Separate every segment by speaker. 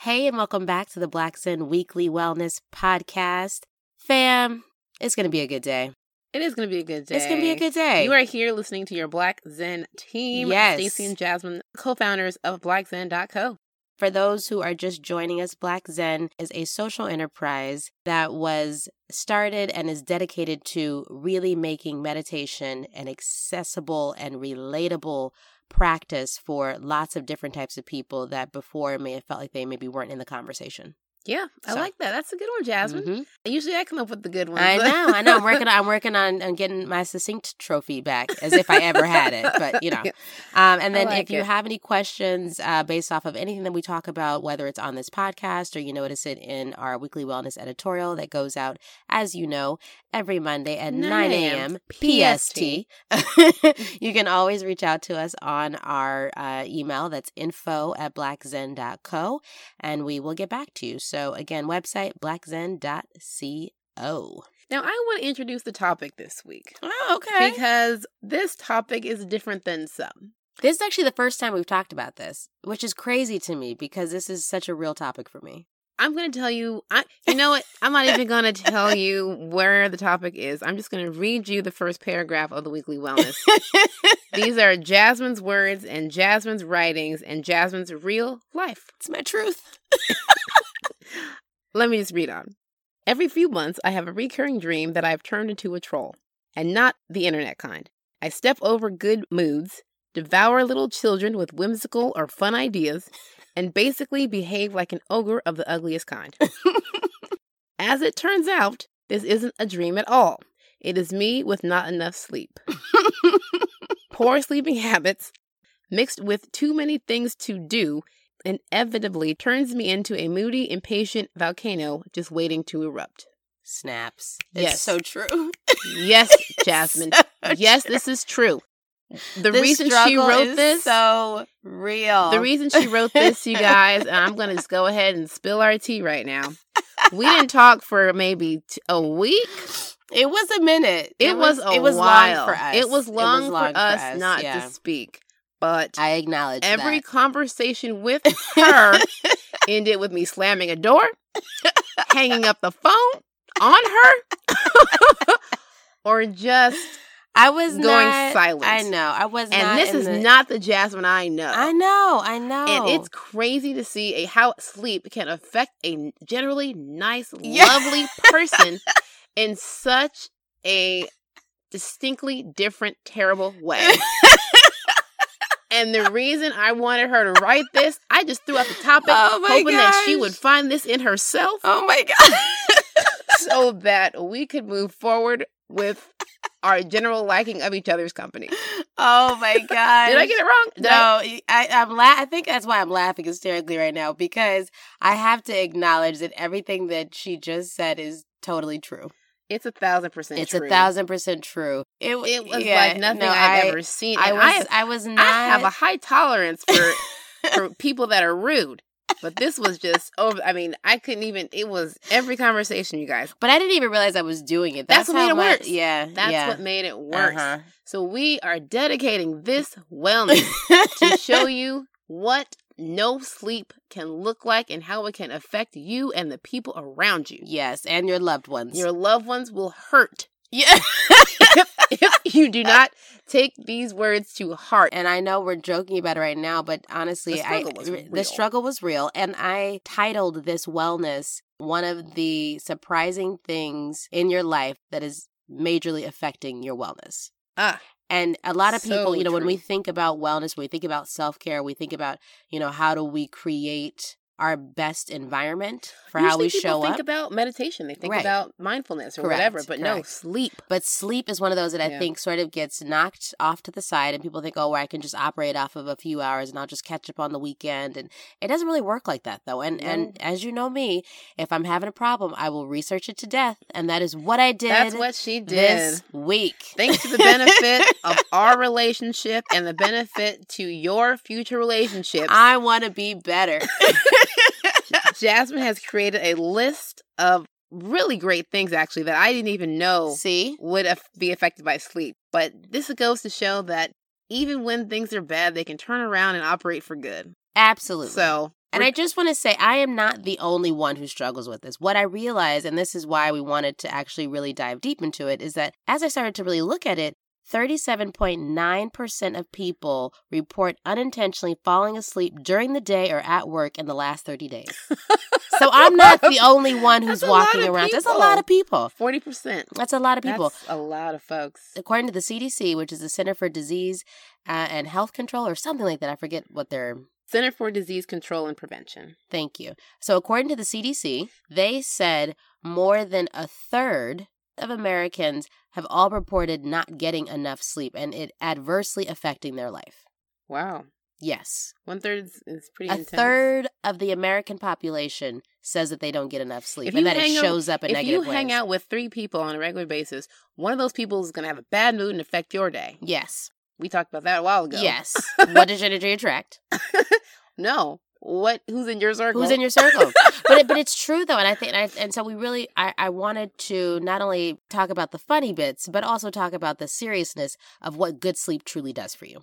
Speaker 1: Hey, and welcome back to the Black Sun Weekly Wellness Podcast. Fam, it's going to be a good day.
Speaker 2: It is going to be a good day.
Speaker 1: It's going to be a good day.
Speaker 2: You are here listening to your Black Zen team.
Speaker 1: Yes.
Speaker 2: Stacey and Jasmine, co founders of blackzen.co.
Speaker 1: For those who are just joining us, Black Zen is a social enterprise that was started and is dedicated to really making meditation an accessible and relatable practice for lots of different types of people that before may have felt like they maybe weren't in the conversation.
Speaker 2: Yeah, I
Speaker 1: So.
Speaker 2: like that. That's a good one, Jasmine.
Speaker 1: Mhm.
Speaker 2: Usually I come up with the good ones.
Speaker 1: I know, I know. I'm working. On, I'm working on, on getting my succinct trophy back, as if I ever had it. But you know, Um, and
Speaker 2: I
Speaker 1: then if
Speaker 2: like
Speaker 1: you
Speaker 2: it.
Speaker 1: have any questions uh, based off of anything that we talk about, whether it's on this podcast or you notice it in our weekly wellness editorial that goes out, as you know, every Monday at 9,
Speaker 2: 9
Speaker 1: a.m.
Speaker 2: a.m.
Speaker 1: PST, you can always reach out to us on our uh, email that's info at blackzen.co and we will get back to you. So again, website blackzen.co.
Speaker 2: Now, I want to introduce the topic this week
Speaker 1: Oh, okay.
Speaker 2: because this topic is different than some.
Speaker 1: This is actually the first time we've talked about this, which is crazy to me because this is such a real topic for me.
Speaker 2: I'm going to tell you, I, you know what? I'm not even going to tell you where the topic is. I'm just going to read you the first paragraph of the Weekly Wellness.
Speaker 1: it's
Speaker 2: These are Jasmine's words and Jasmine's writings and Jasmine's real life.
Speaker 1: my truth.
Speaker 2: Let me just read on. Every few months, I have a recurring dream that I've turned into a troll, and not the internet kind. I step over good moods, devour little children with whimsical or fun ideas, and basically behave like an ogre of the ugliest kind. As it turns out, this isn't a dream at all. It is me with not enough sleep. Poor sleeping habits, mixed with too many things to do, inevitably turns me into a moody, impatient volcano just waiting to erupt.
Speaker 1: Snaps. It's
Speaker 2: Yes.
Speaker 1: so true.
Speaker 2: Yes, Jasmine.
Speaker 1: So
Speaker 2: yes,
Speaker 1: true.
Speaker 2: this is true. The
Speaker 1: This
Speaker 2: reason she
Speaker 1: struggle
Speaker 2: wrote
Speaker 1: is
Speaker 2: this,
Speaker 1: so real.
Speaker 2: the reason she wrote this, you guys, and I'm going to just go ahead and spill our tea right now. We didn't talk for maybe t- a week.
Speaker 1: it was a minute.
Speaker 2: It, was, a
Speaker 1: it was
Speaker 2: while.
Speaker 1: long for us.
Speaker 2: It was long, for, us not
Speaker 1: yeah.
Speaker 2: to speak. But
Speaker 1: I acknowledge
Speaker 2: every
Speaker 1: that.
Speaker 2: conversation with her ended with me slamming a door, hanging up the phone on her, or just
Speaker 1: I was
Speaker 2: going
Speaker 1: not,
Speaker 2: silent.
Speaker 1: I know. I was not.
Speaker 2: And this
Speaker 1: in
Speaker 2: is
Speaker 1: the-
Speaker 2: not the Jasmine I know.
Speaker 1: I know. I know.
Speaker 2: And it's
Speaker 1: Oh.
Speaker 2: crazy to see a, how sleep can affect a generally nice,
Speaker 1: Yeah.
Speaker 2: lovely person in such a distinctly different, terrible way. and the reason I wanted her to write this, I just threw out the topic,
Speaker 1: Oh my
Speaker 2: hoping that she
Speaker 1: gosh.
Speaker 2: would find this in herself
Speaker 1: oh my god.
Speaker 2: so that we could move forward with our general liking of each other's company.
Speaker 1: Oh my god.
Speaker 2: Did I get it wrong? Did
Speaker 1: No,
Speaker 2: I-
Speaker 1: I, I'm la- I think that's why I'm laughing hysterically right now because I have to acknowledge that everything that she just said is totally true.
Speaker 2: It's a thousand percent.
Speaker 1: It's
Speaker 2: true.
Speaker 1: a thousand percent true. It, w-
Speaker 2: It was
Speaker 1: yeah,
Speaker 2: like nothing
Speaker 1: no,
Speaker 2: I've
Speaker 1: I-
Speaker 2: ever seen.
Speaker 1: I
Speaker 2: And I,
Speaker 1: was I was not.
Speaker 2: I have a high tolerance for for people that are rude, but this was just over. I mean, I couldn't even. It was every conversation, you guys.
Speaker 1: but I didn't even realize I was doing it. That's,
Speaker 2: That's what made
Speaker 1: how
Speaker 2: it
Speaker 1: much-
Speaker 2: worse.
Speaker 1: Yeah,
Speaker 2: That's
Speaker 1: yeah.
Speaker 2: what made it worse.
Speaker 1: Uh-huh.
Speaker 2: So we are dedicating this wellness to show you what no sleep can look like and how it can affect you and the people around you.
Speaker 1: yes, and your loved ones.
Speaker 2: Your loved ones will hurt
Speaker 1: yeah.
Speaker 2: if you do not take these words to heart.
Speaker 1: and I know we're joking about it right now, but honestly,
Speaker 2: The struggle was
Speaker 1: I the
Speaker 2: real.
Speaker 1: struggle was real, and I titled this wellness one of the surprising things in your life that is majorly affecting your wellness.
Speaker 2: Ah.
Speaker 1: And a lot of people,
Speaker 2: So
Speaker 1: you know, when
Speaker 2: true.
Speaker 1: we think about wellness, when we think about self care, we think about, you know, how do we create our best environment for how
Speaker 2: Usually
Speaker 1: we
Speaker 2: people
Speaker 1: show
Speaker 2: think
Speaker 1: up.
Speaker 2: about meditation. They think
Speaker 1: Right.
Speaker 2: about mindfulness or
Speaker 1: Correct,
Speaker 2: whatever, but no
Speaker 1: correct.
Speaker 2: sleep.
Speaker 1: But sleep is one of those that I
Speaker 2: Yeah.
Speaker 1: think sort of gets knocked off to the side, and people think, oh, well, I can just operate off of a few hours and I'll just catch up on the weekend. And it doesn't really work like that, though. And
Speaker 2: No.
Speaker 1: and as you know me, if I'm having a problem, I will research it to death, and that is what I did.
Speaker 2: That's what she did.
Speaker 1: this week.
Speaker 2: Thanks to the benefit of our relationship and the benefit to your future relationships,
Speaker 1: I want to be better.
Speaker 2: Jasmine has created a list of really great things actually that I didn't even know
Speaker 1: See,
Speaker 2: would af- be affected by sleep. But this goes to show that even when things are bad, they can turn around and operate for good.
Speaker 1: Absolutely.
Speaker 2: So,
Speaker 1: And I just want to say, I am not the only one who struggles with this. What I realized, and this is why we wanted to actually really dive deep into it, is that as I started to really look at it, 37.9% of people report unintentionally falling asleep during the day or at work in the last 30 days. so I'm not the only one who's
Speaker 2: That's a lot
Speaker 1: walking
Speaker 2: of
Speaker 1: around. That's a
Speaker 2: people.
Speaker 1: lot of people.
Speaker 2: 40%.
Speaker 1: That's a lot of people.
Speaker 2: That's a lot of folks.
Speaker 1: According to the CDC, which is the Center for Disease uh, and Health Control or something like that, I forget what their
Speaker 2: Center for Disease Control and Prevention.
Speaker 1: Thank you. So, according to the CDC, they said more than a third of Americans have all reported not getting enough sleep and it adversely affecting their life.
Speaker 2: Wow.
Speaker 1: Yes.
Speaker 2: One third is, is pretty
Speaker 1: A
Speaker 2: intense.
Speaker 1: third of the American population says that they don't get enough sleep
Speaker 2: If
Speaker 1: and
Speaker 2: you
Speaker 1: that it
Speaker 2: hang out-
Speaker 1: shows up in
Speaker 2: If you
Speaker 1: negative
Speaker 2: hang
Speaker 1: ways.
Speaker 2: out with three people on a regular basis, one of those people is going to have a bad mood and affect your day.
Speaker 1: yes.
Speaker 2: We talked about that a while ago.
Speaker 1: Yes. what does energy attract?
Speaker 2: No. What? Who's in your circle?
Speaker 1: Who's in your circle? but it, but it's true though, and I think and, I, and so we really I, I wanted to not only talk about the funny bits, but also talk about the seriousness of what good sleep truly does for you.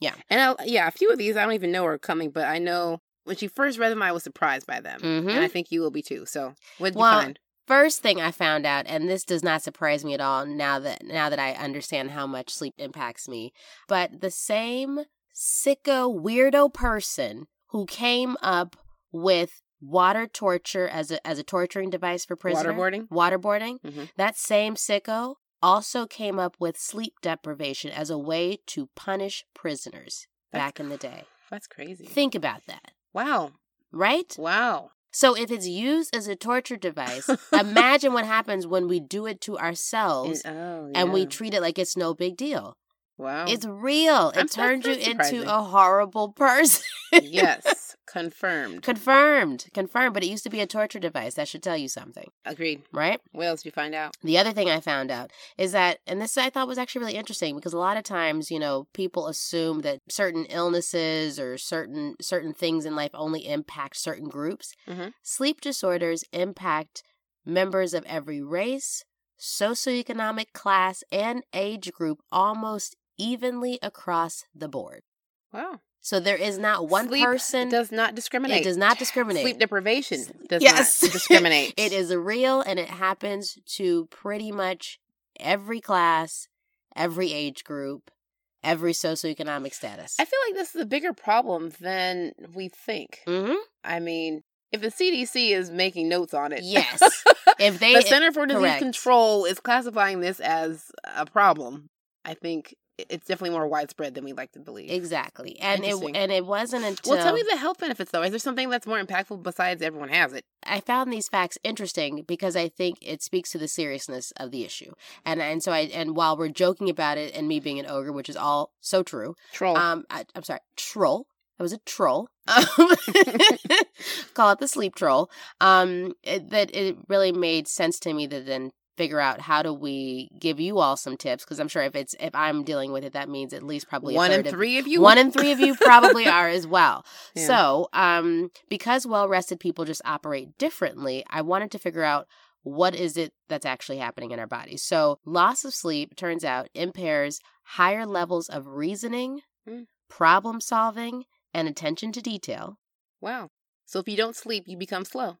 Speaker 2: And I, yeah, a few of these I don't even know are coming, but I know when she first read them, I was surprised by them,
Speaker 1: Mhm.
Speaker 2: and I think you will be too. So, what did
Speaker 1: Well,
Speaker 2: you find?
Speaker 1: First thing I found out, and this does not surprise me at all now that now that I understand how much sleep impacts me, but the same sicko weirdo person who came up with water torture as a as a torturing device for prisoners
Speaker 2: Waterboarding.
Speaker 1: waterboarding.
Speaker 2: Mhm.
Speaker 1: That same sicko also came up with sleep deprivation as a way to punish prisoners
Speaker 2: That's-
Speaker 1: back in the day.
Speaker 2: That's crazy.
Speaker 1: Think about that,
Speaker 2: wow,
Speaker 1: right?
Speaker 2: wow.
Speaker 1: So if it's used as a torture device, imagine what happens when we do it to ourselves
Speaker 2: And- oh,
Speaker 1: and we
Speaker 2: yeah.
Speaker 1: treat it like it's no big deal.
Speaker 2: wow.
Speaker 1: It's real. It
Speaker 2: I'm- that's
Speaker 1: turns you
Speaker 2: not surprising.
Speaker 1: into a horrible person.
Speaker 2: yes, confirmed.
Speaker 1: confirmed, confirmed, but it used to be a torture device. That should tell you something,
Speaker 2: Agreed.
Speaker 1: right?
Speaker 2: What else did you find out?
Speaker 1: The other thing I found out is that, and this I thought was actually really interesting because a lot of times, you know, people assume that certain illnesses or certain certain things in life only impact certain groups.
Speaker 2: Mhm.
Speaker 1: Sleep disorders impact members of every race, socioeconomic class, and age group almost evenly across the board.
Speaker 2: Wow.
Speaker 1: So there is not one
Speaker 2: Sleep
Speaker 1: person.
Speaker 2: does not discriminate.
Speaker 1: it does not discriminate.
Speaker 2: Sleep deprivation does
Speaker 1: Yes.
Speaker 2: not discriminate.
Speaker 1: It is real and it happens to pretty much every class, every age group, every socioeconomic status.
Speaker 2: I feel like this is a bigger problem than we think.
Speaker 1: hmm
Speaker 2: I mean, if the CDC is making notes on it,
Speaker 1: Yes. If they e
Speaker 2: the Center for Disease
Speaker 1: correct.
Speaker 2: Control is classifying this as a problem, I think i- it's definitely more widespread than we like to believe.
Speaker 1: exactly, and it
Speaker 2: Interesting.
Speaker 1: and it wasn't until
Speaker 2: well, tell me the health benefits though. Is there something that's more impactful besides everyone has it?
Speaker 1: I found these facts interesting because I think it speaks to the seriousness of the issue, and and so I and while we're joking about it and me being an ogre, which is all so true,
Speaker 2: Troll.
Speaker 1: Um, I, I'm sorry, troll. I was a troll. Um, call it the sleep troll. Um, it, that it really made sense to me to then figure out how do we give you all some tips because I'm sure if it's if I'm dealing with it, that means at least probably a
Speaker 2: one in
Speaker 1: third of-
Speaker 2: three of you.
Speaker 1: one in three of you probably are as well.
Speaker 2: Yeah.
Speaker 1: So, um, because well rested people just operate differently, I wanted to figure out what is it that's actually happening in our bodies. So, loss of sleep turns out impairs higher levels of reasoning,
Speaker 2: Mm.
Speaker 1: problem solving, and attention to detail.
Speaker 2: Wow. So if you don't sleep, you become slow.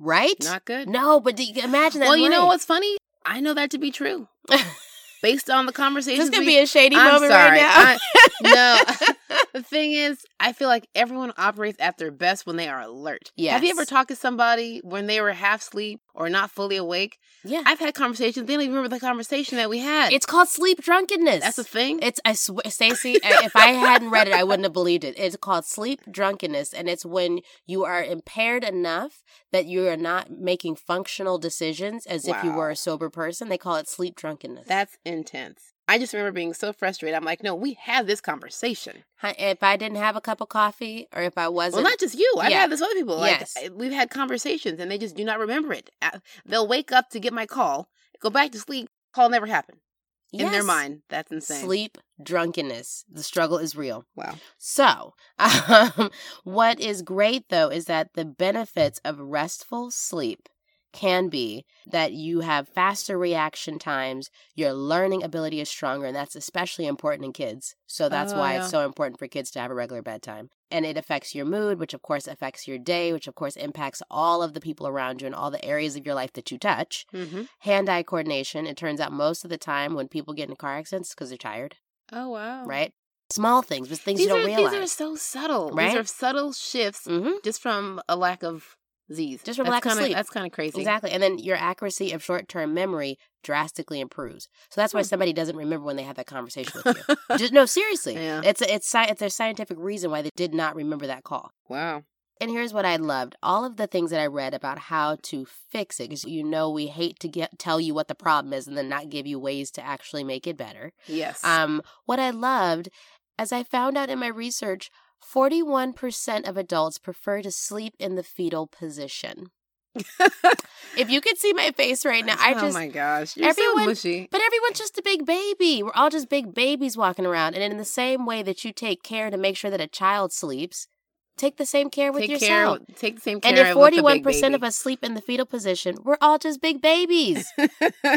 Speaker 1: Right?
Speaker 2: Not good.
Speaker 1: no, but do you, imagine that.
Speaker 2: well, you know
Speaker 1: life.
Speaker 2: what's funny? I know that to be true. Based on the
Speaker 1: This
Speaker 2: conversations
Speaker 1: could
Speaker 2: we
Speaker 1: be a shady
Speaker 2: I'm
Speaker 1: moment
Speaker 2: sorry.
Speaker 1: right now.
Speaker 2: I- The thing is, I feel like everyone operates at their best when they are alert. Have you
Speaker 1: Yes.
Speaker 2: ever talked to somebody when they were half asleep or not fully awake?
Speaker 1: yeah,
Speaker 2: I've had conversations. They don't even remember the conversation that we had.
Speaker 1: it's called sleep drunkenness.
Speaker 2: That's a thing.
Speaker 1: It's I swear, Stacey. I- if I hadn't read it, I wouldn't have believed it. It's called sleep drunkenness, and it's when you are impaired enough that you are not making functional decisions as if you were
Speaker 2: Wow.
Speaker 1: a sober person. They call it sleep drunkenness.
Speaker 2: That's intense. I just remember being so frustrated. I'm like, no, we had this conversation.
Speaker 1: Hi- if I didn't have a cup of coffee, or if I
Speaker 2: Well,
Speaker 1: wasn't,
Speaker 2: not just you. I've
Speaker 1: Yeah.
Speaker 2: had this with other people. Like,
Speaker 1: Yes.
Speaker 2: I- we've had conversations and they just do not remember it. Uh, They'll wake up to get my call, go back to sleep, call never happened in their
Speaker 1: Yes.
Speaker 2: mind. That's insane.
Speaker 1: Sleep drunkenness. The struggle is real.
Speaker 2: Wow.
Speaker 1: So, um, what is great though is that the benefits of restful sleep can be that you have faster reaction times, your learning ability is stronger, and that's especially important in kids. So that's
Speaker 2: Oh,
Speaker 1: why
Speaker 2: yeah.
Speaker 1: it's so important for kids to have a regular bedtime. And it affects your mood, which of course affects your day, which of course impacts all of the people around you and all the areas of your life that you touch.
Speaker 2: Mm-hmm.
Speaker 1: Hand eye coordination, it turns out most of the time when people get in car accidents, because they're tired,
Speaker 2: Oh wow!
Speaker 1: right? Small things, but things
Speaker 2: These
Speaker 1: you don't
Speaker 2: are
Speaker 1: realize.
Speaker 2: these are so subtle. These
Speaker 1: Right?
Speaker 2: are subtle shifts
Speaker 1: hmm
Speaker 2: just from a lack of Z's.
Speaker 1: Just from lack
Speaker 2: That's
Speaker 1: of
Speaker 2: kinda-
Speaker 1: sleep.
Speaker 2: That's kind of crazy.
Speaker 1: Exactly. And then your accuracy of short term memory drastically improves. So that's why
Speaker 2: Hmm.
Speaker 1: somebody doesn't remember when they had that conversation with you. Just, no, seriously.
Speaker 2: Yeah.
Speaker 1: It's, a, it's, sci- it's a scientific reason why they did not remember that call.
Speaker 2: Wow.
Speaker 1: And here's what I loved all of the things that I read about how to fix it. Because you know, we hate to get, tell you what the problem is and then not give you ways to actually make it better.
Speaker 2: Yes.
Speaker 1: Um, what I loved, as I found out in my research, 41% of adults prefer to sleep in the fetal position. If you could see my face right now, I
Speaker 2: oh
Speaker 1: just.
Speaker 2: my gosh, you're so
Speaker 1: everyone-
Speaker 2: mushy.
Speaker 1: But everyone's just a big baby. We're all just big babies walking around. And in the same way that you take care to make sure that a child sleeps, take the same care with
Speaker 2: Take care.
Speaker 1: yourself.
Speaker 2: Take same care.
Speaker 1: and if
Speaker 2: of the big
Speaker 1: forty-one percent of
Speaker 2: baby.
Speaker 1: us sleep in the fetal position, we're all just big babies.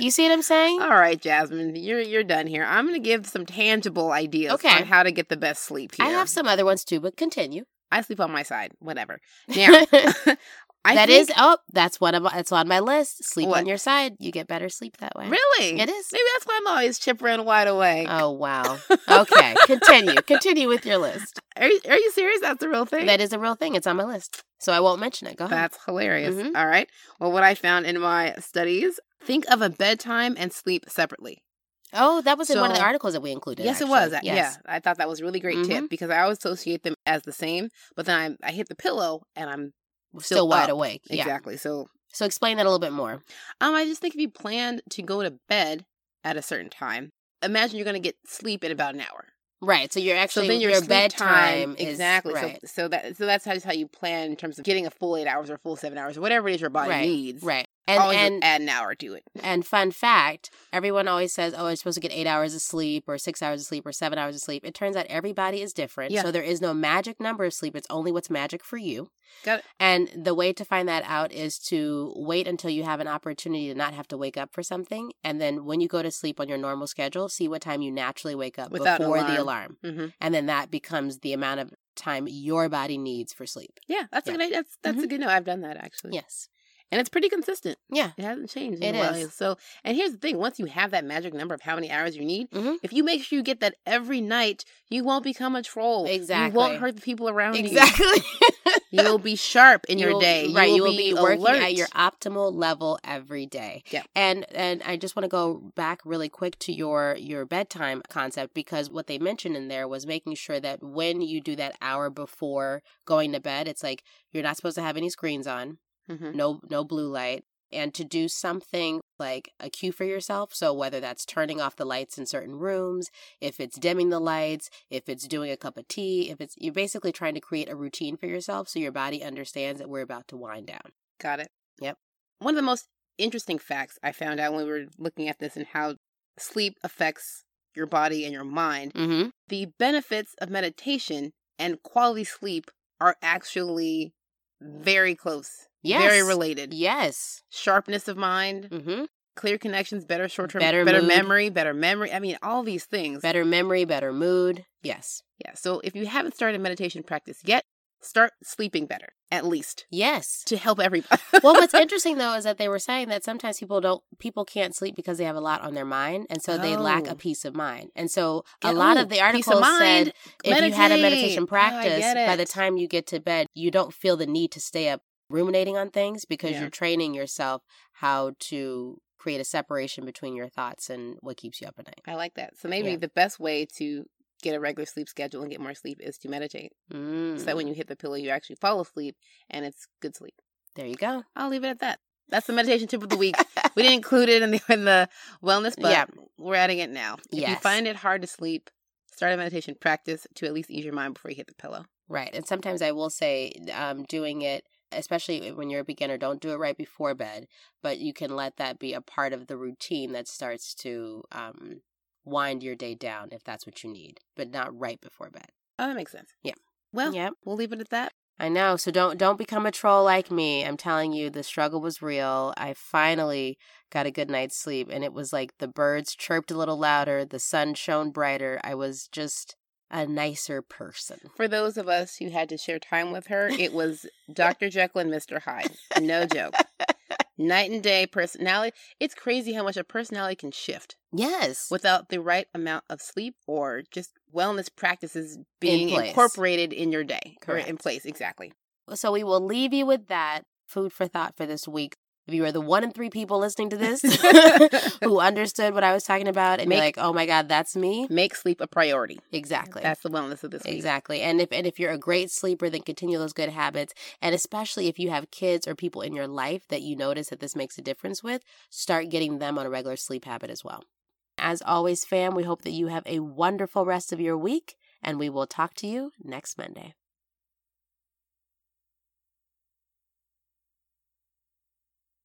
Speaker 1: you see what I'm saying?
Speaker 2: All right, Jasmine, you're you're done here. I'm going to give some tangible ideas
Speaker 1: Okay.
Speaker 2: on how to get the best sleep here.
Speaker 1: I have some other ones too, but continue.
Speaker 2: I sleep on my side, whatever. Now, I
Speaker 1: that
Speaker 2: think-
Speaker 1: is oh, that's one of that's on my list. Sleep
Speaker 2: What?
Speaker 1: on your side. You get better sleep that way.
Speaker 2: really
Speaker 1: It is.
Speaker 2: Maybe that's why I'm always chipper and wide awake.
Speaker 1: Oh wow. Okay, continue. Continue with your list.
Speaker 2: Are you, are you serious? That's the real thing.
Speaker 1: That is a real thing. It's on my list. So I won't mention it. Go ahead.
Speaker 2: That's hilarious.
Speaker 1: Mhm.
Speaker 2: All right. Well, what I found in my studies, think of a bedtime and sleep separately.
Speaker 1: Oh, that was in one of the
Speaker 2: So-
Speaker 1: articles that we included.
Speaker 2: yes,
Speaker 1: actually.
Speaker 2: it was. I- Yeah, I thought that was a really great tip
Speaker 1: Mhm.
Speaker 2: because I always associate them as the same, but then I, I hit the pillow and I'm
Speaker 1: Still,
Speaker 2: Still
Speaker 1: wide
Speaker 2: up.
Speaker 1: awake. Yeah.
Speaker 2: exactly. So
Speaker 1: So explain that a little bit more.
Speaker 2: Um, I just think if you plan to go to bed at a certain time, imagine you're going to get sleep in about an hour.
Speaker 1: Right. So you're actually
Speaker 2: so then your,
Speaker 1: your
Speaker 2: sleep
Speaker 1: bedtime
Speaker 2: time,
Speaker 1: is
Speaker 2: exactly.
Speaker 1: right.
Speaker 2: So, so that so that's how, just how you plan in terms of getting a full eight hours or full seven hours, whatever it is your body
Speaker 1: right.
Speaker 2: needs.
Speaker 1: Right.
Speaker 2: And,
Speaker 1: And
Speaker 2: Always
Speaker 1: and
Speaker 2: add an hour to it.
Speaker 1: and fun fact, everyone always says, "Oh, I'm supposed to get eight hours of sleep, or six hours of sleep, or seven hours of sleep." It turns out everybody is different,
Speaker 2: Yeah.
Speaker 1: so there is no magic number of sleep. It's only what's magic for you.
Speaker 2: Got it.
Speaker 1: And the way to find that out is to wait until you have an opportunity to not have to wake up for something, and then when you go to sleep on your normal schedule, see what time you naturally wake up
Speaker 2: Without an
Speaker 1: before
Speaker 2: alarm.
Speaker 1: the alarm.
Speaker 2: hmm
Speaker 1: and then that becomes the amount of time your body needs for sleep.
Speaker 2: Yeah, that's
Speaker 1: Yeah.
Speaker 2: a good. idea. That's that's a
Speaker 1: Mhm.
Speaker 2: good note. I've done that actually.
Speaker 1: Yes.
Speaker 2: and it's pretty consistent.
Speaker 1: Yeah.
Speaker 2: it hasn't changed. In
Speaker 1: It
Speaker 2: a while.
Speaker 1: is.
Speaker 2: So, and here's the thing: once you have that magic number of how many hours you need,
Speaker 1: Mhm.
Speaker 2: if you make sure you get that every night, you won't become a troll. you
Speaker 1: Exactly.
Speaker 2: won't hurt the people around you.
Speaker 1: Exactly.
Speaker 2: You will be sharp in your
Speaker 1: You'll-
Speaker 2: day.
Speaker 1: right? You will, be, working
Speaker 2: alert.
Speaker 1: at your optimal level every day.
Speaker 2: Yeah.
Speaker 1: And and I just want to go back really quick to your your bedtime concept because what they mentioned in there was making sure that when you do that hour before going to bed, it's like you're not supposed to have any screens on.
Speaker 2: Mhm.
Speaker 1: no no blue light and to do something like a cue for yourself so whether that's turning off the lights in certain rooms if it's dimming the lights if it's doing a cup of tea if it's you're basically trying to create a routine for yourself so your body understands that we're about to wind down
Speaker 2: Got it.
Speaker 1: Yep.
Speaker 2: One of the most interesting facts I found out when we were looking at this and how sleep affects your body and your mind.
Speaker 1: mm-hmm.
Speaker 2: The benefits of meditation and quality sleep are actually very close.
Speaker 1: yes
Speaker 2: Very related.
Speaker 1: yes
Speaker 2: Sharpness of mind,
Speaker 1: mm-hmm.
Speaker 2: clear connections, better short term,
Speaker 1: Better mood.
Speaker 2: memory, better memory. I mean, all these things.
Speaker 1: better memory better mood yes
Speaker 2: Yeah. So if you haven't started a meditation practice yet, start sleeping better, at least
Speaker 1: yes
Speaker 2: to help everybody.
Speaker 1: well what's interesting though is that they were saying that sometimes people don't people can't sleep because they have a lot on their mind and so they lack
Speaker 2: Oh.
Speaker 1: a peace of mind and so a
Speaker 2: Yeah,
Speaker 1: lot
Speaker 2: ooh,
Speaker 1: of the
Speaker 2: peace of
Speaker 1: articles said
Speaker 2: mind,
Speaker 1: if you had a
Speaker 2: meditate.
Speaker 1: meditation
Speaker 2: Oh, I
Speaker 1: practice,
Speaker 2: get
Speaker 1: by the
Speaker 2: it.
Speaker 1: time you get to bed, you don't feel the need to stay up ruminating on things because
Speaker 2: Yeah.
Speaker 1: you're training yourself how to create a separation between your thoughts and what keeps you up at night.
Speaker 2: I like that. So maybe
Speaker 1: Yeah.
Speaker 2: the best way to get a regular sleep schedule and get more sleep is to meditate.
Speaker 1: Mm.
Speaker 2: So that when you hit the pillow, you actually fall asleep and it's good sleep.
Speaker 1: there you go.
Speaker 2: I'll leave it at that. That's the meditation tip of the week. we didn't include it in the, in the wellness, but
Speaker 1: Yeah.
Speaker 2: we're adding it now. If you
Speaker 1: Yes.
Speaker 2: find it hard to sleep, start a meditation practice to at least ease your mind before you hit the pillow.
Speaker 1: Right. And sometimes I will say um, doing it, especially when you're a beginner, don't do it right before bed, but you can let that be a part of the routine that starts to um, wind your day down if that's what you need, but not right before bed.
Speaker 2: Oh, that makes sense.
Speaker 1: Yeah.
Speaker 2: Well,
Speaker 1: Yep.
Speaker 2: we'll leave it at that.
Speaker 1: I know. So don't don't become a troll like me. I'm telling you, the struggle was real. I finally got a good night's sleep, and it was like the birds chirped a little louder, the sun shone brighter. I was just a nicer person.
Speaker 2: For those of us who had to share time with her, it was Dr. Jekyll and Mr. Hyde. No joke. Night and day personality. It's crazy how much a personality can shift
Speaker 1: Yes.
Speaker 2: without the right amount of sleep or just wellness practices being
Speaker 1: place.
Speaker 2: incorporated in your day or in
Speaker 1: Correct.
Speaker 2: place. Exactly.
Speaker 1: So we will leave you with that food for thought for this week. If you are the one in three people listening to this who understood what I was talking about and you're
Speaker 2: Make-
Speaker 1: like, oh my God, that's me.
Speaker 2: Make sleep a priority.
Speaker 1: Exactly.
Speaker 2: That's the wellness of this week.
Speaker 1: Exactly. And if and if you're a great sleeper, then continue those good habits. And especially if you have kids or people in your life that you notice that this makes a difference with, start getting them on a regular sleep habit as well. As always, fam, we hope that you have a wonderful rest of your week and we will talk to you next Monday.